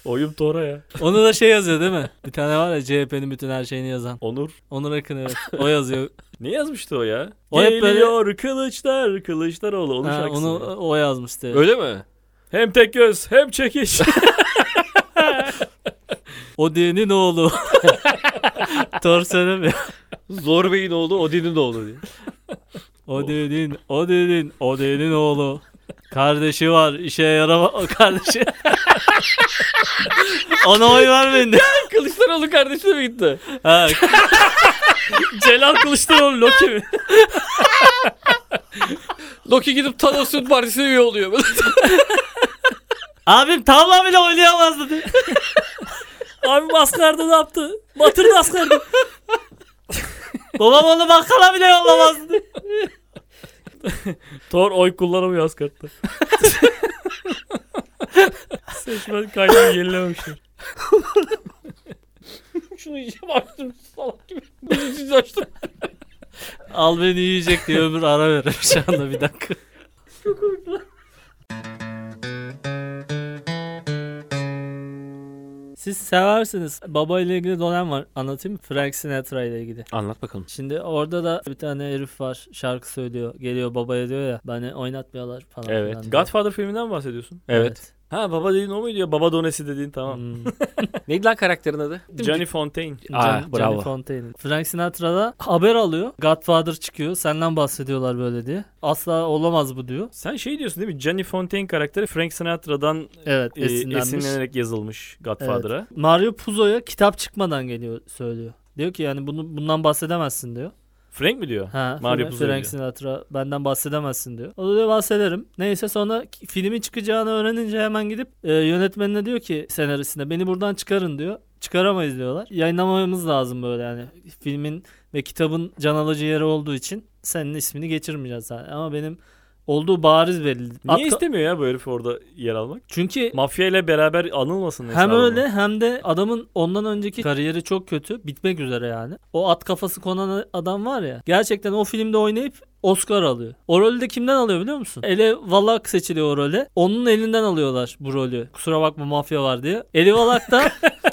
Speaker 1: Oyum Tora ya.
Speaker 3: Onu da şey yazıyor değil mi? Bir tane var ya CHP'nin bütün her şeyini yazan.
Speaker 1: Onur.
Speaker 3: Onur Akın evet. O yazıyor.
Speaker 1: Ne yazmıştı o ya?
Speaker 3: O hep böyle-
Speaker 1: Geliyor kılıçlar kılıçlaroğlu. Onun
Speaker 3: Ha,
Speaker 1: şarkısı.
Speaker 3: onu o yazmıştı.
Speaker 2: Öyle mi?
Speaker 1: Hem tek göz hem çekiş.
Speaker 3: O dinin oğlu. Torsönü mü?
Speaker 2: Zor Bey'in oğlu Odin'in oğlu diye.
Speaker 3: O dinin, o dinin, o dinin oğlu. Kardeşi var, işe yarama o kardeşi. Ona oy vermeyin de.
Speaker 2: Kılıçdaroğlu kardeşine mi gitti?
Speaker 3: Ha,
Speaker 1: Celal Kılıçdaroğlu Loki mi?
Speaker 2: Loki gidip Thanos'un partisine üye oluyor.
Speaker 3: abim tavla bile oynayamazdı diye.
Speaker 1: Abi askerdi ne yaptı? Batırdı askerdi.
Speaker 3: Babam onu bakkala bile yollamazdı diye.
Speaker 1: Thor oy kullanamıyor askerdi. Seçmen kaynağı yenilememişler.
Speaker 2: Şunu yiyeceğim açtım salak gibi. Bunu açtım.
Speaker 3: Al beni yiyecek diye ömür ara verir şu anda bir dakika. Siz seversiniz. Baba ile ilgili dönem var. Anlatayım mı? Frank Sinatra ile ilgili.
Speaker 2: Anlat bakalım.
Speaker 3: Şimdi orada da bir tane herif var şarkı söylüyor. Geliyor babaya diyor ya beni oynatmıyorlar falan.
Speaker 2: Evet.
Speaker 3: filan diyor.
Speaker 1: Godfather filminden mi bahsediyorsun?
Speaker 2: Evet.
Speaker 1: Ha baba dediğin o muydu ya? Baba donesi dediğin tamam.
Speaker 3: Hmm.
Speaker 2: Neydi lan karakterin adı?
Speaker 1: Johnny Fontaine.
Speaker 2: Aa,
Speaker 3: Johnny-
Speaker 2: bravo.
Speaker 3: Johnny Fontaine. Frank Sinatra'da haber alıyor. Godfather çıkıyor. Senden bahsediyorlar böyle diye. Asla olamaz bu diyor.
Speaker 1: Sen şey diyorsun değil mi? Johnny Fontaine karakteri Frank Sinatra'dan
Speaker 3: Evet
Speaker 1: e,
Speaker 3: esinlenmiş.
Speaker 1: esinlenerek yazılmış Godfather'a.
Speaker 3: Mario Puzo'ya kitap çıkmadan geliyor söylüyor. Diyor ki yani bunu bundan bahsedemezsin diyor.
Speaker 1: Frank mi diyor?
Speaker 3: Ha,
Speaker 1: Mario
Speaker 3: Fra-
Speaker 1: Puzo
Speaker 3: Frank
Speaker 1: diyor.
Speaker 3: Sinatra benden bahsedemezsin diyor. O da diyor bahsederim. Neyse sonra ki- filmin çıkacağını öğrenince hemen gidip e, yönetmenine diyor ki senaristine beni buradan çıkarın diyor. Çıkaramayız diyorlar. Yayınlamamız lazım böyle yani. Filmin ve kitabın can alıcı yeri olduğu için senin ismini geçirmeyeceğiz zaten. Ama benim olduğu bariz belli. At-
Speaker 1: Niye istemiyor ya bu herif orada yer almak?
Speaker 3: Çünkü
Speaker 1: Mafya ile beraber anılmasın.
Speaker 3: hem
Speaker 1: hesabına.
Speaker 3: öyle hem de adamın ondan önceki kariyeri çok kötü. Bitmek üzere yani. O at kafası konan adam var ya. Gerçekten o filmde oynayıp Oscar alıyor. O rolü de kimden alıyor biliyor musun? Ele Valak seçiliyor o role. Onun elinden alıyorlar bu rolü. Kusura bakma mafya var diye. Eli Valak da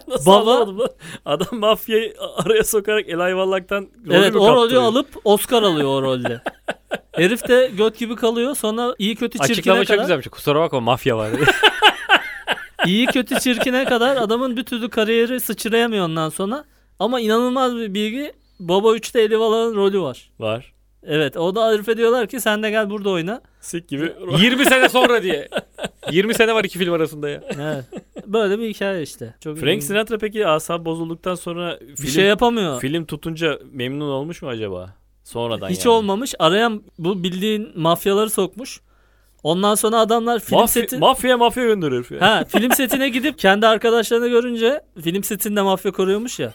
Speaker 1: Nasıl
Speaker 3: Baba-
Speaker 1: anlamadım lan? Adam mafyayı araya sokarak El Ayvallak'tan rolü
Speaker 3: evet
Speaker 1: mü
Speaker 3: o rolü
Speaker 1: kaptırıyor?
Speaker 3: alıp Oscar alıyor o rolde. Herif de göt gibi kalıyor. Sonra iyi kötü çirkine
Speaker 2: Açıklama çok
Speaker 3: kadar.
Speaker 2: güzelmiş. Kusura bakma mafya var.
Speaker 3: İyi kötü çirkine kadar adamın bir türlü kariyeri sıçrayamıyor ondan sonra. Ama inanılmaz bir bilgi. Baba 3'te Eli Valak'ın rolü var.
Speaker 1: Var.
Speaker 3: Evet o da Arif'e diyorlar ki sen de gel burada oyna.
Speaker 1: Sik gibi.
Speaker 2: 20 sene sonra diye. 20 sene var iki film arasında ya.
Speaker 3: Evet. Böyle bir hikaye işte. Çok
Speaker 1: Frank
Speaker 3: ilginç.
Speaker 1: Sinatra peki asap bozulduktan sonra film,
Speaker 3: bir şey yapamıyor.
Speaker 1: film tutunca memnun olmuş mu acaba? Sonradan
Speaker 3: Hiç
Speaker 1: yani.
Speaker 3: olmamış. Arayan bu bildiğin mafyaları sokmuş. Ondan sonra adamlar film
Speaker 1: Mafya,
Speaker 3: seti
Speaker 1: mafya mafya gönderir. herif ya.
Speaker 3: Ha film setine gidip kendi arkadaşlarını görünce film setinde mafya koruyormuş ya.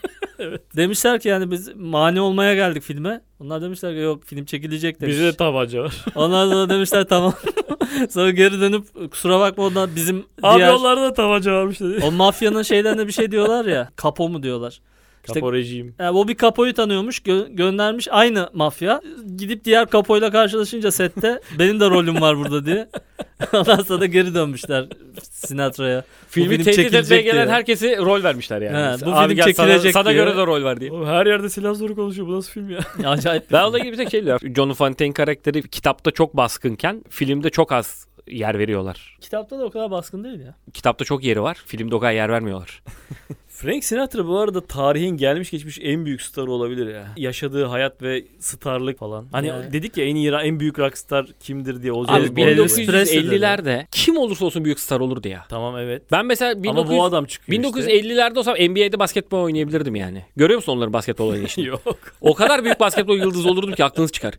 Speaker 3: Demişler ki yani biz mani olmaya geldik filme. Onlar demişler ki yok film çekilecek demiş.
Speaker 1: Bize de tabanca var.
Speaker 3: Ondan sonra demişler tamam. sonra geri dönüp kusura bakma ondan bizim
Speaker 1: Abi
Speaker 3: diğer...
Speaker 1: onlarda da tabanca varmış dedi.
Speaker 3: O mafyanın şeyden de bir şey diyorlar ya. Kapo mu diyorlar. İşte-
Speaker 1: Kapo rejim.
Speaker 3: Yani Bobby Kapo'yu tanıyormuş gö- göndermiş aynı mafya. Gidip diğer Kapo'yla karşılaşınca sette benim de rolüm var burada diye. Ondan sonra da geri dönmüşler Sinatra'ya.
Speaker 2: Filmi
Speaker 3: film
Speaker 2: tehdit etmeye
Speaker 3: çekilecek
Speaker 2: gelen
Speaker 3: diye.
Speaker 2: herkese rol vermişler yani.
Speaker 3: He, bu film
Speaker 2: gel
Speaker 3: çekilecek
Speaker 2: sana, sana
Speaker 3: diyor.
Speaker 2: göre de rol ver diye.
Speaker 1: Oğlum her yerde silah zoru konuşuyor. Bu nasıl film ya?
Speaker 3: Acayip.
Speaker 2: Ben onunla ilgili bir tek şey diyorum. John Fontaine karakteri kitapta çok baskınken filmde çok az yer veriyorlar.
Speaker 3: Kitapta da o kadar baskın değil ya.
Speaker 2: Kitapta çok yeri var. Filmde o kadar yer vermiyorlar.
Speaker 1: Frank Sinatra bu arada tarihin gelmiş geçmiş en büyük starı olabilir ya. Yaşadığı hayat ve starlık falan. Hani
Speaker 3: Yani.
Speaker 1: dedik ya en iyi ra- en büyük rockstar kimdir diye Ozzy
Speaker 3: Abi
Speaker 2: Abi
Speaker 1: Osbourne.
Speaker 3: Elvis Presley dedi.
Speaker 2: 1950'lerde kim olursa olsun büyük star olurdu ya.
Speaker 1: Tamam evet.
Speaker 2: Ben mesela 1900
Speaker 1: Ama bu adam çıkıyor
Speaker 2: 1950'lerde olsam NBA'de basketbol oynayabilirdim yani. Görüyor musun onların basketbol
Speaker 1: işte.
Speaker 2: oynayışını?
Speaker 1: Yok.
Speaker 2: o kadar büyük basketbol yıldızı olurdum ki aklınız çıkar.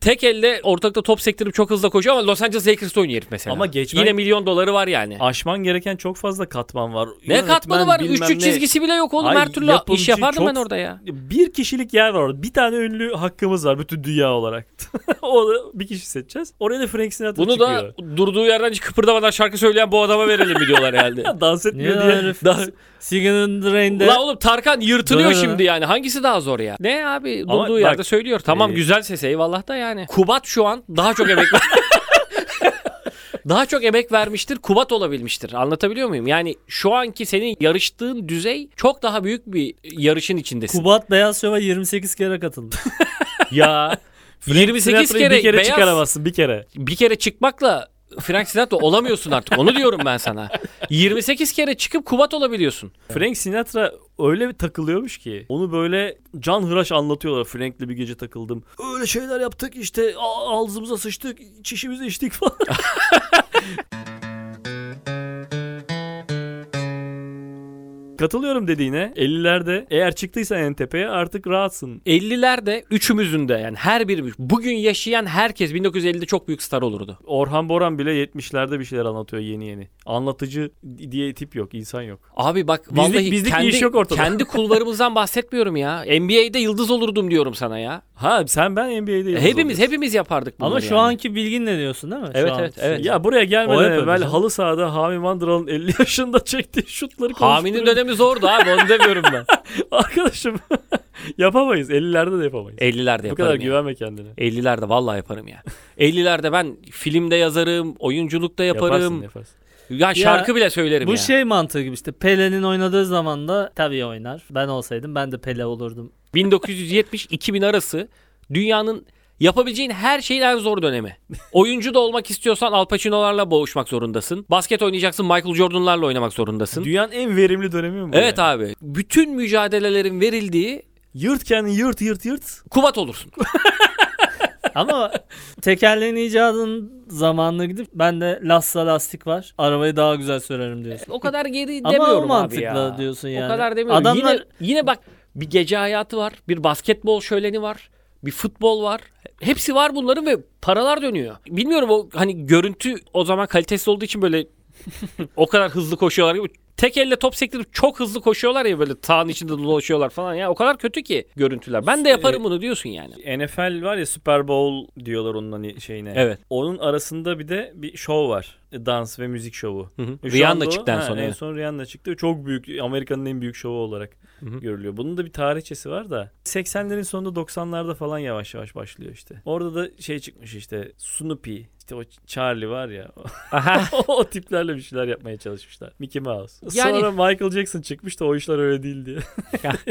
Speaker 2: Tek elde ortalıkta top sektirip çok hızlı koşuyor ama Los Angeles Lakers'ta oynuyor herif mesela.
Speaker 1: Ama geçmen-
Speaker 2: Yine milyon doları var yani.
Speaker 1: Aşman gereken çok fazla katman var.
Speaker 2: ne
Speaker 1: Yönetmen,
Speaker 2: katmanı var?
Speaker 1: bilmem
Speaker 2: Üçlük
Speaker 1: ne.
Speaker 2: çizgisi bile yok oğlum.
Speaker 1: Ay,
Speaker 2: Her türlü iş
Speaker 1: yapımcı
Speaker 2: yapardım
Speaker 1: çok-
Speaker 2: ben orada ya.
Speaker 1: Bir kişilik yer var orada. Bir tane ünlü hakkımız var bütün dünya olarak. o da bir kişi seçeceğiz. Oraya da Frank Sinatra
Speaker 2: Bunu
Speaker 1: çıkıyor.
Speaker 2: da durduğu yerden kıpırdamadan şarkı söyleyen bu adama verelim mi diyorlar herhalde.
Speaker 1: da dans
Speaker 3: Niye
Speaker 1: etmiyor
Speaker 3: lan
Speaker 1: diye.
Speaker 3: herif?
Speaker 1: Daha-
Speaker 3: Singing in the Rain'de
Speaker 2: La oğlum Tarkan yırtılıyor
Speaker 3: Dö-
Speaker 2: şimdi yani. Hangisi daha zor ya? Ne abi durduğu
Speaker 1: Ama bak-
Speaker 2: yerde söylüyor. Tamam
Speaker 1: Ee,
Speaker 2: güzel ses eyvallah da yani. Kubat şu an daha çok emek ver- daha çok emek vermiştir. Kubat olabilmiştir. Anlatabiliyor muyum? Yani şu anki senin yarıştığın düzey çok daha büyük bir yarışın içindesin.
Speaker 3: Kubat Beyaz Şov'a 28 kere katıldı.
Speaker 1: ya. Frank
Speaker 2: 28
Speaker 1: Sinatra'yı
Speaker 2: kere
Speaker 1: bir kere
Speaker 2: beyaz-
Speaker 1: çıkaramazsın bir kere.
Speaker 2: bir kere çıkmakla Frank Sinatra olamıyorsun artık. Onu diyorum ben sana. 28 kere çıkıp Kubat olabiliyorsun.
Speaker 1: Frank Sinatra öyle bir takılıyormuş ki onu böyle can hıraş anlatıyorlar. Frank'le bir gece takıldım. Öyle şeyler yaptık işte a- ağzımıza sıçtık, çişimizi içtik falan. Katılıyorum dediğine 50'lerde eğer çıktıysan en tepeye artık rahatsın.
Speaker 2: 50'lerde üçümüzün de yani her birimiz bugün yaşayan herkes 1950'de çok büyük star olurdu.
Speaker 1: Orhan Boran bile 70'lerde bir şeyler anlatıyor yeni yeni. Anlatıcı diye tip yok, insan yok.
Speaker 2: Abi bak
Speaker 1: Bizlik-
Speaker 2: vallahi
Speaker 1: bizlik bir
Speaker 2: kendi,
Speaker 1: iş yok ortada.
Speaker 2: kendi kulvarımızdan bahsetmiyorum ya. NBA'de yıldız olurdum diyorum sana ya.
Speaker 1: Ha sen ben NBA'de yıldız
Speaker 2: hepimiz
Speaker 1: olduk.
Speaker 2: hepimiz yapardık bunları
Speaker 3: Ama şu
Speaker 2: yani.
Speaker 3: anki bilgin ne diyorsun değil mi? Şu
Speaker 2: Evet,
Speaker 3: an-
Speaker 2: evet, evet.
Speaker 1: Ya buraya
Speaker 3: O
Speaker 1: gelmeden
Speaker 3: hep öyle
Speaker 1: evvel
Speaker 3: canım.
Speaker 1: halı sahada Hami Mandıral'ın 50 yaşında çektiği şutları
Speaker 2: Haminin
Speaker 1: konuşturuyoruz.
Speaker 2: dönemi zordu abi onu demiyorum ben.
Speaker 1: Arkadaşım yapamayız. 50'lerde de yapamayız.
Speaker 2: 50'lerde
Speaker 1: Bu kadar
Speaker 2: E, yaparım ya. E,
Speaker 1: güvenme kendine.
Speaker 2: 50'lerde vallahi yaparım ya. 50'lerde ben filmde yazarım, oyunculukta
Speaker 1: Yaparsın
Speaker 2: yaparım.
Speaker 1: yaparsın.
Speaker 2: Ya şarkı bile söylerim
Speaker 3: Bu
Speaker 2: ya.
Speaker 3: şey mantığı gibi işte Pele'nin oynadığı zaman da tabii oynar. Ben olsaydım ben de Pele olurdum.
Speaker 2: 1970-2000 arası dünyanın yapabileceğin her şeyin en zor dönemi. Oyuncu da olmak istiyorsan Al Pacino'larla boğuşmak zorundasın. Basket oynayacaksın Michael Jordan'larla oynamak zorundasın.
Speaker 1: Dünyanın en verimli dönemi mi bu?
Speaker 2: Evet
Speaker 1: ya?
Speaker 2: abi. Bütün mücadelelerin verildiği
Speaker 1: Yırt kendini yırt yırt yırt.
Speaker 2: kubat olursun.
Speaker 3: Ama tekerleğin icadının zamanına gidip ben de lassa lastik var. Arabayı daha güzel sürerim diyorsun.
Speaker 2: O kadar geri
Speaker 3: Ama
Speaker 2: demiyorum
Speaker 3: o
Speaker 2: abi ya.
Speaker 3: mantıkla diyorsun yani.
Speaker 2: O kadar demiyorum.
Speaker 3: Adamlar-
Speaker 2: Yine, yine bak bir gece hayatı var. Bir basketbol şöleni var. Bir futbol var. Hepsi var bunların ve paralar dönüyor. Bilmiyorum o hani görüntü o zaman kalitesiz olduğu için böyle o kadar hızlı koşuyorlar. gibi. Tek elle top sektirip çok hızlı koşuyorlar ya böyle sahanın içinde dolaşıyorlar falan ya. O kadar kötü ki görüntüler.
Speaker 3: Şey-
Speaker 2: Ben de yaparım bunu diyorsun yani.
Speaker 1: NFL var ya Super Bowl diyorlar onun hani şeyine.
Speaker 2: Evet.
Speaker 1: Onun arasında bir de bir şov var. Dans ve müzik şovu.
Speaker 2: Hı hı.
Speaker 1: Ve E, şu anda
Speaker 2: Rihanna
Speaker 1: o-
Speaker 2: çıktıktan
Speaker 1: ha,
Speaker 2: sonra.
Speaker 1: En
Speaker 2: evet.
Speaker 1: son Rihanna çıktı. ve Çok büyük Amerika'nın en büyük şovu olarak
Speaker 2: hı.
Speaker 1: görülüyor. Bunun da bir tarihçesi var da 80'lerin sonunda 90'larda falan yavaş yavaş başlıyor işte. Orada da şey çıkmış işte Snoopy işte o Charlie var ya
Speaker 2: Aha.
Speaker 1: o tiplerle bir şeyler yapmaya çalışmışlar. Mickey Mouse.
Speaker 2: Yani-
Speaker 1: Sonra Michael Jackson çıkmış da o işler öyle değil diye.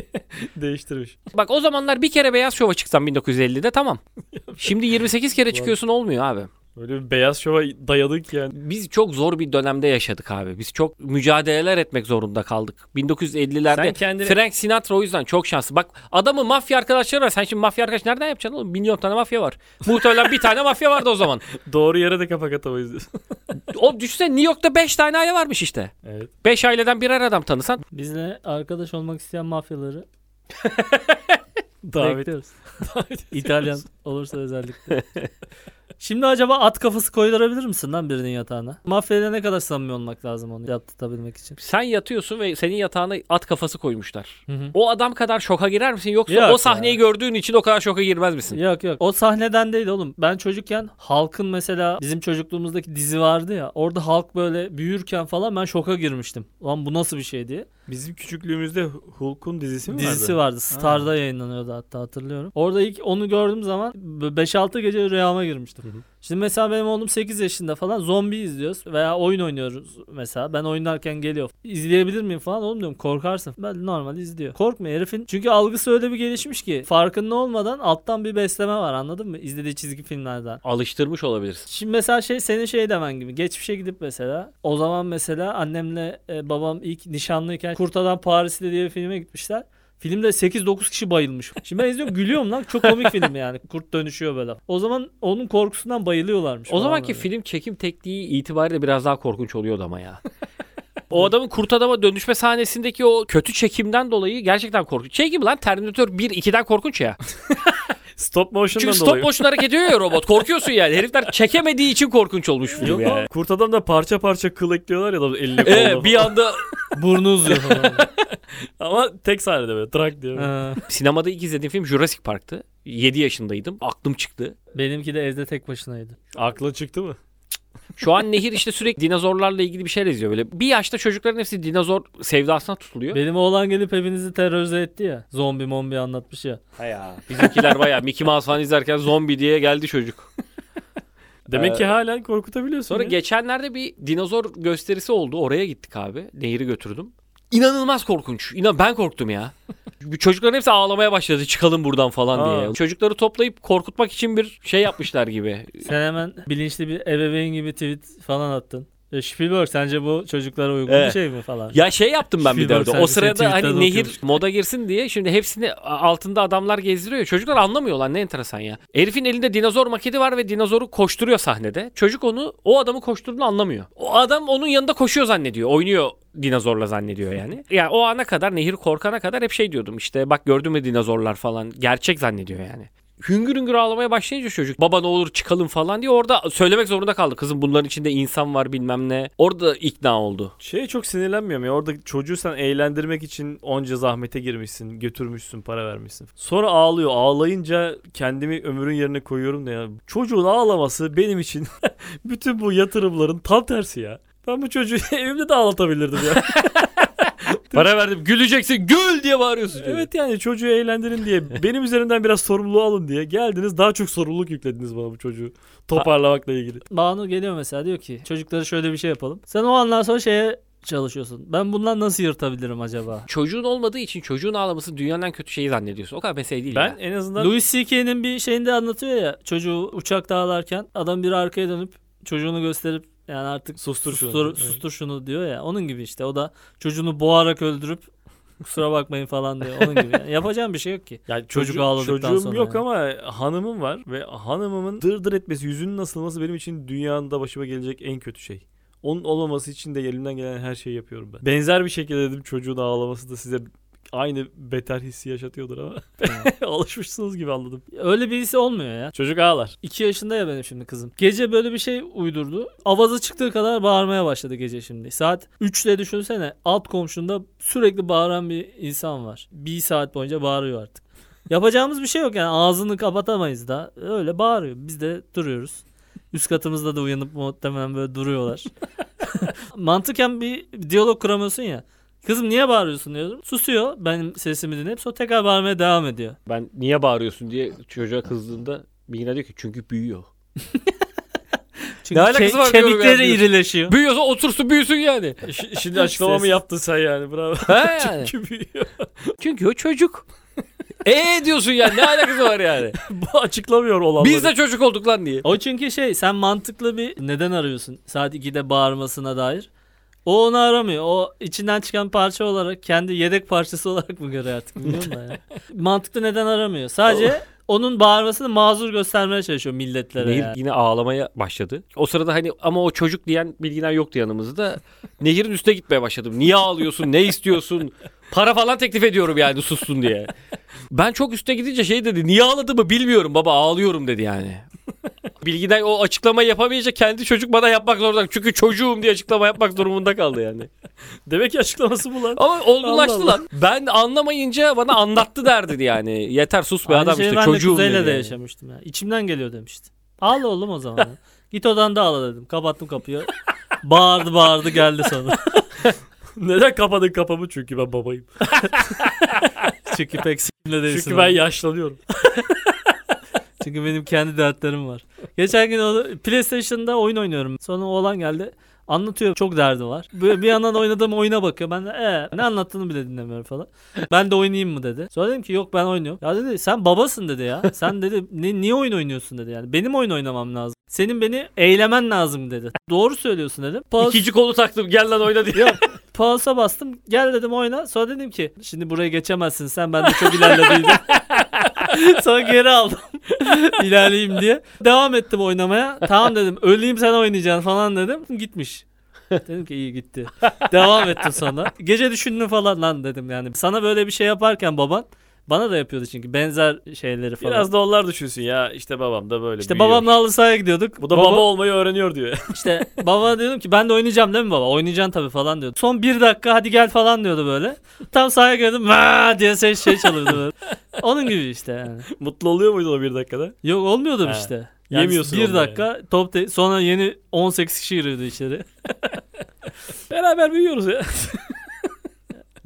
Speaker 1: Değiştirmiş.
Speaker 2: Bak o zamanlar bir kere Beyaz Şov'a çıksan 1950'de tamam. Şimdi 28 kere çıkıyorsun olmuyor abi.
Speaker 1: Böyle bir beyaz şova dayadık yani.
Speaker 2: Biz çok zor bir dönemde yaşadık abi. Biz çok mücadeleler etmek zorunda kaldık.
Speaker 1: Sen
Speaker 2: 1950'lerde
Speaker 1: kendini-
Speaker 2: Frank Sinatra o yüzden çok şanslı. Bak adamı mafya arkadaşları var. Sen şimdi mafya arkadaş nereden yapacaksın oğlum? Milyon tane mafya var. Muhtemelen bir tane mafya vardı o zaman.
Speaker 1: Doğru yere de kapak atamayız diyorsun.
Speaker 2: O düşünsene New York'ta 5 tane aile varmış işte.
Speaker 1: evet.
Speaker 2: 5 aileden birer adam tanısan
Speaker 3: Bizle arkadaş olmak isteyen mafyaları
Speaker 1: Davet.
Speaker 3: bekliyoruz. İtalyan olursa özellikle. Şimdi acaba at kafası koydurabilir misin lan birinin yatağına? Mafyayla ne kadar samimi olmak lazım onu yaptırtabilmek için.
Speaker 2: Sen yatıyorsun ve senin yatağına at kafası koymuşlar.
Speaker 3: Hı hı.
Speaker 2: O adam kadar şoka girer misin yoksa
Speaker 3: Yok
Speaker 2: o
Speaker 3: ya.
Speaker 2: sahneyi gördüğün için o kadar şoka girmez misin?
Speaker 3: Yok yok. O sahneden değil oğlum. Ben çocukken halkın mesela bizim çocukluğumuzdaki dizi vardı ya. Orada halk böyle büyürken falan ben şoka girmiştim. Lan bu nasıl bir şey diye.
Speaker 1: Bizim küçüklüğümüzde Hulk'un dizisi mi
Speaker 3: Dizisi
Speaker 1: vardı?
Speaker 3: vardı. Star'da yayınlanıyordu hatta hatırlıyorum. Orada ilk onu gördüğüm zaman 5-6 gece rüyama girmiştim. Şimdi mesela benim oğlum 8 yaşında falan zombi izliyoruz veya oyun oynuyoruz mesela. Ben oynarken geliyor. İzleyebilir miyim falan oğlum diyorum korkarsın. Ben normal izliyor. Korkma herifin. Çünkü algısı öyle bir gelişmiş ki farkında olmadan alttan bir besleme var anladın mı? İzlediği çizgi filmlerden.
Speaker 2: Alıştırmış olabilirsin.
Speaker 3: Şimdi mesela şey senin şey demen gibi geçmişe gidip mesela o zaman mesela annemle e, babam ilk nişanlıyken Kurtadan Paris'te diye bir filme gitmişler. Filmde 8-9 kişi bayılmış. Şimdi ben izliyorum gülüyorum lan çok komik film yani kurt dönüşüyor böyle. O zaman onun korkusundan bayılıyorlarmış.
Speaker 2: O
Speaker 3: falan
Speaker 2: zamanki
Speaker 3: böyle.
Speaker 2: film çekim tekniği itibariyle biraz daha korkunç oluyordu ama ya. o adamın kurt adama dönüşme sahnesindeki o kötü çekimden dolayı gerçekten korkunç. Şey gibi lan Terminator 1-2'den korkunç ya.
Speaker 1: Stop motion'dan
Speaker 2: Çünkü stop
Speaker 1: dolayı.
Speaker 2: motion hareket ediyor ya robot. Korkuyorsun yani. Herifler çekemediği için korkunç olmuş film
Speaker 1: Yok
Speaker 2: yani.
Speaker 1: oğlum, Kurt adam da parça parça kıl ekliyorlar ya da eline koluna.
Speaker 2: Ee, bir anda
Speaker 3: burnu uzuyor falan.
Speaker 1: Ama tek sahnede böyle trak diyor.
Speaker 3: Ha.
Speaker 2: sinemada ilk izlediğim film Jurassic Park'tı. 7 yaşındaydım. Aklım çıktı.
Speaker 3: Benimki de evde tek başınaydı.
Speaker 1: Aklın çıktı mı?
Speaker 2: Şu an Nehir işte sürekli dinozorlarla ilgili bir şeyler izliyor böyle. Bir yaşta çocukların hepsi dinozor sevdasına tutuluyor.
Speaker 3: Benim oğlan gelip evinizi terörize etti ya. Zombi mombi anlatmış ya.
Speaker 2: Bizimkiler bayağı Mickey Mouse falan izlerken zombi diye geldi çocuk.
Speaker 1: Demek
Speaker 2: Ee,
Speaker 1: ki halen korkutabiliyorsun.
Speaker 2: Sonra
Speaker 1: ya.
Speaker 2: geçenlerde bir dinozor gösterisi oldu. Oraya gittik abi. Nehir'i götürdüm. İnanılmaz korkunç. İnan ben korktum ya. Bu Çocukların hepsi ağlamaya başladı. Çıkalım buradan falan
Speaker 1: Aa.
Speaker 2: diye. Çocukları toplayıp korkutmak için bir şey yapmışlar gibi.
Speaker 3: Sen hemen bilinçli bir ebeveyn gibi tweet falan attın. E, Spielberg sence bu çocuklara uygun
Speaker 2: Evet.
Speaker 3: bir şey mi falan.
Speaker 2: Ya şey yaptım ben bir de
Speaker 3: Spielberg
Speaker 2: orada. O
Speaker 3: sadece seni
Speaker 2: sırada hani
Speaker 3: tweetlerden
Speaker 2: nehir
Speaker 3: okuyormuş.
Speaker 2: moda girsin diye şimdi hepsini altında adamlar gezdiriyor. ya. Çocuklar anlamıyorlar ne enteresan ya. Herifin elinde dinozor maketi var ve dinozoru koşturuyor sahnede. Çocuk onu o adamı koşturduğunu anlamıyor. O adam onun yanında koşuyor zannediyor. Oynuyor dinozorla zannediyor yani. Yani o ana kadar nehir korkana kadar hep şey diyordum işte bak gördün mü dinozorlar falan gerçek zannediyor yani. Hüngür hüngür ağlamaya başlayınca çocuk baba ne olur çıkalım falan diye orada söylemek zorunda kaldı. Kızım bunların içinde insan var bilmem ne. Orada ikna oldu.
Speaker 1: Şeye çok sinirlenmiyorum ya orada çocuğu sen eğlendirmek için onca zahmete girmişsin, götürmüşsün, para vermişsin. Sonra ağlıyor. Ağlayınca kendimi ömrün yerine koyuyorum da ya. Çocuğun ağlaması benim için bütün bu yatırımların tam tersi ya. Ben bu çocuğu evimde de ağlatabilirdim ya.
Speaker 2: Para verdim. Güleceksin. Gül diye bağırıyorsun. çocuğa.
Speaker 1: evet yani çocuğu eğlendirin diye benim üzerimden biraz sorumluluğu alın diye geldiniz daha çok sorumluluk yüklediniz bana bu çocuğu toparlamakla ilgili.
Speaker 3: Banu geliyor mesela diyor ki çocuklara şöyle bir şey yapalım. Sen o andan sonra şeye çalışıyorsun. Ben bundan nasıl yırtabilirim acaba?
Speaker 2: Çocuğun olmadığı için çocuğun ağlaması dünyanın en kötü şeyi zannediyorsun. O kadar mesele değil.
Speaker 1: Ben
Speaker 2: ya.
Speaker 1: en azından
Speaker 3: Louis C.K.'nin bir şeyinde anlatıyor ya çocuğu uçakta ağlarken adam bir arkaya dönüp çocuğunu gösterip yani artık
Speaker 1: sustur şunu.
Speaker 3: sustur,
Speaker 1: Evet.
Speaker 3: sustur şunu diyor ya. Onun gibi işte o da çocuğunu boğarak öldürüp kusura bakmayın falan diyor. Onun gibi. Yani yapacağım bir şey yok ki.
Speaker 1: Yani
Speaker 3: Çocuk ağladıktan
Speaker 1: çocuğum
Speaker 3: sonra
Speaker 1: yok
Speaker 3: yani.
Speaker 1: ama hanımım var ve hanımımın dırdır etmesi, yüzünün asılması benim için dünyanın da başıma gelecek en kötü şey. Onun olmaması için de elimden gelen her şeyi yapıyorum ben. Benzer bir şekilde dedim çocuğun ağlaması da size aynı beter hissi yaşatıyordur ama alışmışsınız gibi anladım.
Speaker 3: Öyle birisi olmuyor ya.
Speaker 1: Çocuk ağlar.
Speaker 3: 2 yaşında ya benim şimdi kızım. Gece böyle bir şey uydurdu. Avazı çıktığı kadar bağırmaya başladı gece şimdi. Saat 3'te düşünsene alt komşunda sürekli bağıran bir insan var. Bir saat boyunca bağırıyor artık. Yapacağımız bir şey yok yani ağzını kapatamayız da. Öyle bağırıyor. Biz de duruyoruz. Üst katımızda da uyanıp muhtemelen böyle duruyorlar. Mantıken bir diyalog kuramıyorsun ya. Kızım niye bağırıyorsun diyorum. Susuyor benim sesimi dinleyip sonra tekrar bağırmaya devam ediyor.
Speaker 2: ben niye bağırıyorsun diye çocuğa kızdığında Bilginer diyor ki çünkü büyüyor.
Speaker 3: Çünkü
Speaker 2: alakası
Speaker 3: ke-
Speaker 2: var diyorum ya,
Speaker 3: kemikleri
Speaker 2: diyor.
Speaker 3: irileşiyor.
Speaker 2: Büyüyorsa otursun büyüsün yani.
Speaker 1: Ş- şimdi açıklamamı
Speaker 3: Ses.
Speaker 1: yaptın sen yani bravo.
Speaker 2: Ha yani.
Speaker 1: Çünkü büyüyor.
Speaker 2: çünkü o çocuk. Eee diyorsun yani ne alakası var yani.
Speaker 1: Bu açıklamıyor olanları.
Speaker 2: Biz de çocuk olduk lan diye.
Speaker 3: O çünkü şey sen mantıklı bir neden arıyorsun saat 2'de bağırmasına dair. O onu aramıyor. O içinden çıkan parça olarak kendi yedek parçası olarak mı görüyor artık bilmiyorum da ya. Mantıklı neden aramıyor.
Speaker 1: Oh.
Speaker 3: Sadece onun bağırmasını mazur göstermeye çalışıyor milletlere
Speaker 2: Nehir
Speaker 3: yani.
Speaker 2: yine ağlamaya başladı. O sırada hani ama o çocuk diyen bilgiler yoktu yanımızda. Nehir'in üstüne gitmeye başladım. Niye ağlıyorsun? ne istiyorsun? Para falan teklif ediyorum yani sussun diye. Ben çok üste gidince şey dedi. Niye ağladığımı bilmiyorum baba ağlıyorum dedi yani. Bilgiden o açıklamayı yapamayınca kendi çocuk bana yapmak zorunda. Çünkü çocuğum diye açıklama yapmak durumunda kaldı yani.
Speaker 1: Demek ki açıklaması bu lan.
Speaker 2: Ama
Speaker 1: Allah
Speaker 2: olgunlaştı
Speaker 1: Allah.
Speaker 2: lan. Ben anlamayınca bana anlattı derdin yani. Yeter sus be
Speaker 3: Aynı
Speaker 2: adam
Speaker 3: şeyi
Speaker 2: işte
Speaker 3: ben
Speaker 2: çocuğum.
Speaker 3: de Kuzey'le
Speaker 2: dedi
Speaker 3: de
Speaker 2: yani.
Speaker 3: yaşamıştım ya. İçimden geliyor demişti. Ağla oğlum o zaman. ya. Git odanda ağla dedim. Kapattım kapıyı. bağırdı bağırdı geldi sonra.
Speaker 1: Neden kapadın kapamı? Çünkü ben babayım.
Speaker 3: Çünkü pek s**imle değilsin.
Speaker 1: Çünkü ben
Speaker 3: abi.
Speaker 1: yaşlanıyorum.
Speaker 3: Çünkü benim kendi dertlerim var. Geçen gün onu PlayStation'da oyun oynuyorum. Sonra oğlan geldi. Anlatıyor çok derdi var. Böyle bir yandan oynadığım oyuna bakıyor. Ben de ee, ne anlattığını bile dinlemiyorum falan. Ben de oynayayım mı dedi. Sonra dedim ki yok ben oynuyorum. Ya dedi sen babasın dedi ya. Sen dedi "ni- niye oyun oynuyorsun dedi yani. Benim oyun oynamam lazım. Senin beni eğlemen lazım dedi. Doğru söylüyorsun dedim. Pause,
Speaker 2: İkinci kolu taktım gel lan oyna diye.
Speaker 3: pause'a bastım. Gel dedim oyna. Sonra dedim ki şimdi buraya geçemezsin sen. Ben de çok ilerlediydim. Sonra geri aldım. İlerleyeyim diye. Devam ettim oynamaya. Tamam dedim. Öleyim sen oynayacaksın falan dedim. Gitmiş. Dedim ki iyi gitti. Devam ettim sonra. Gece düşündüm falan lan dedim yani. Sana böyle bir şey yaparken baban bana da yapıyordu çünkü benzer şeyleri falan.
Speaker 1: Biraz da onlar düşünsün ya. İşte babam da böyle
Speaker 3: işte
Speaker 1: büyüyor.
Speaker 3: babamla halı sahaya gidiyorduk.
Speaker 1: Bu da baba olmayı öğreniyor diyor.
Speaker 3: İşte baba diyordum ki ben de oynayacağım değil mi baba? Oynayacaksın tabii falan diyordu. Son bir dakika hadi gel falan diyordu böyle. Tam sahaya girdim "Vaa!" diye ses şey çalıyordu böyle. Onun gibi işte yani.
Speaker 1: Mutlu oluyor muydu o bir dakikada?
Speaker 3: Yok olmuyordu
Speaker 1: He.
Speaker 3: işte.
Speaker 1: Yemiyorsun
Speaker 3: Bir
Speaker 1: onu
Speaker 3: dakika top te- sonra yeni 18 kişi giriyordu içeri.
Speaker 1: Beraber büyüyoruz ya.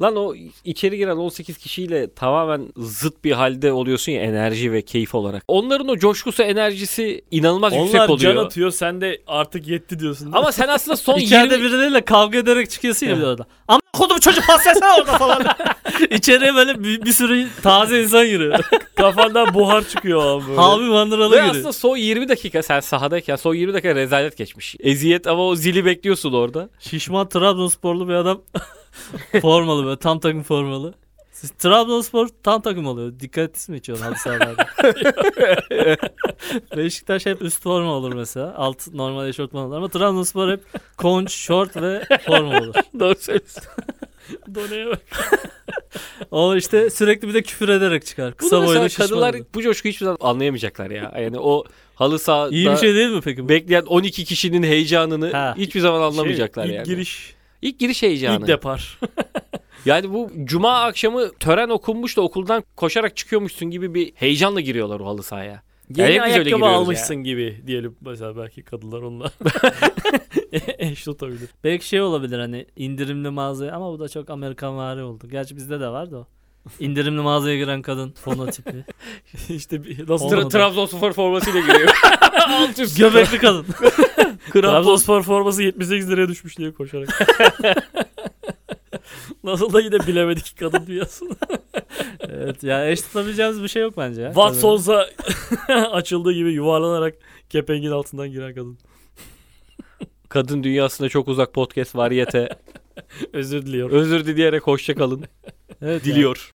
Speaker 2: Lan o içeri giren 18 kişiyle tamamen zıt bir halde oluyorsun ya enerji ve keyif olarak. Onların o coşkusu enerjisi inanılmaz yüksek
Speaker 1: Onlar
Speaker 2: oluyor.
Speaker 1: can atıyor sen de artık yetti diyorsun.
Speaker 2: Ama sen aslında son
Speaker 3: İçeride
Speaker 2: 20...
Speaker 3: birileriyle kavga ederek çıkıyorsun ya
Speaker 2: Evet.
Speaker 3: bir orada. Ama kodum çocuk paslasa orada falan. İçeriye böyle bir, bir sürü taze insan giriyor.
Speaker 1: kafandan buhar çıkıyor o an böyle.
Speaker 3: Abi mandıralı
Speaker 2: Ve
Speaker 3: giriyor.
Speaker 2: aslında son 20 dakika sen sahadayken son 20 dakika rezalet geçmiş. Eziyet ama o zili bekliyorsun orada.
Speaker 3: Şişman Trabzonsporlu bir adam. formalı böyle tam takım formalı. Siz Trabzonspor tam takım oluyor. Dikkat etsin mi içiyorsun halı sahalarda? Beşiktaş hep üst forma olur mesela. Alt normal eşortman olur ama Trabzonspor hep konç, şort ve forma olur.
Speaker 2: Doğru söylüyorsun.
Speaker 1: Donaya bak.
Speaker 3: O işte sürekli bir de küfür ederek çıkar.
Speaker 2: Kısa
Speaker 3: Kısa
Speaker 2: Bunu mesela
Speaker 3: boylu şişman.
Speaker 2: kadınlar
Speaker 3: olur.
Speaker 2: bu coşkuyu hiçbir zaman anlayamayacaklar ya. Yani o halı sahada
Speaker 3: İyi bir şey değil mi peki bu?
Speaker 2: bekleyen 12 kişinin heyecanını
Speaker 3: Ha.
Speaker 2: hiçbir zaman anlamayacaklar
Speaker 1: Şey, ilk
Speaker 2: yani.
Speaker 1: giriş,
Speaker 2: ilk giriş heyecanı.
Speaker 1: ilk depar.
Speaker 2: Yani bu cuma akşamı tören okunmuş da okuldan koşarak çıkıyormuşsun gibi bir heyecanla giriyorlar o halı sahaya.
Speaker 1: Yeni
Speaker 2: hepimiz öyle
Speaker 1: ayakkabı
Speaker 2: giriyoruz ya.
Speaker 1: almışsın gibi diyelim mesela belki kadınlar onlar. Eş tutabilir.
Speaker 3: Belki şey olabilir hani indirimli mağazaya ama bu da çok Amerikan vari oldu. Gerçi bizde de vardı o. İndirimli mağazaya giren kadın fonotipi.
Speaker 1: işte bir- nasıl
Speaker 3: Olmadı.
Speaker 2: Tra- Trabzonspor formasıyla giriyor. Alt üst.
Speaker 3: Göbekli kadın.
Speaker 1: Trabzonspor forması 78 liraya düşmüş diye koşarak. Nasıl da yine bilemedik kadın dünyasını.
Speaker 3: evet ya eş tutabileceğimiz bir şey yok bence ya.
Speaker 1: Watson's'a açıldığı gibi yuvarlanarak kepengin altından giren kadın.
Speaker 2: Kadın dünyasında çok uzak podcast variyete.
Speaker 1: Özür diliyorum.
Speaker 2: Özür dileyerek hoşça kalın.
Speaker 3: Tabii. Evet ya.
Speaker 2: Diliyor.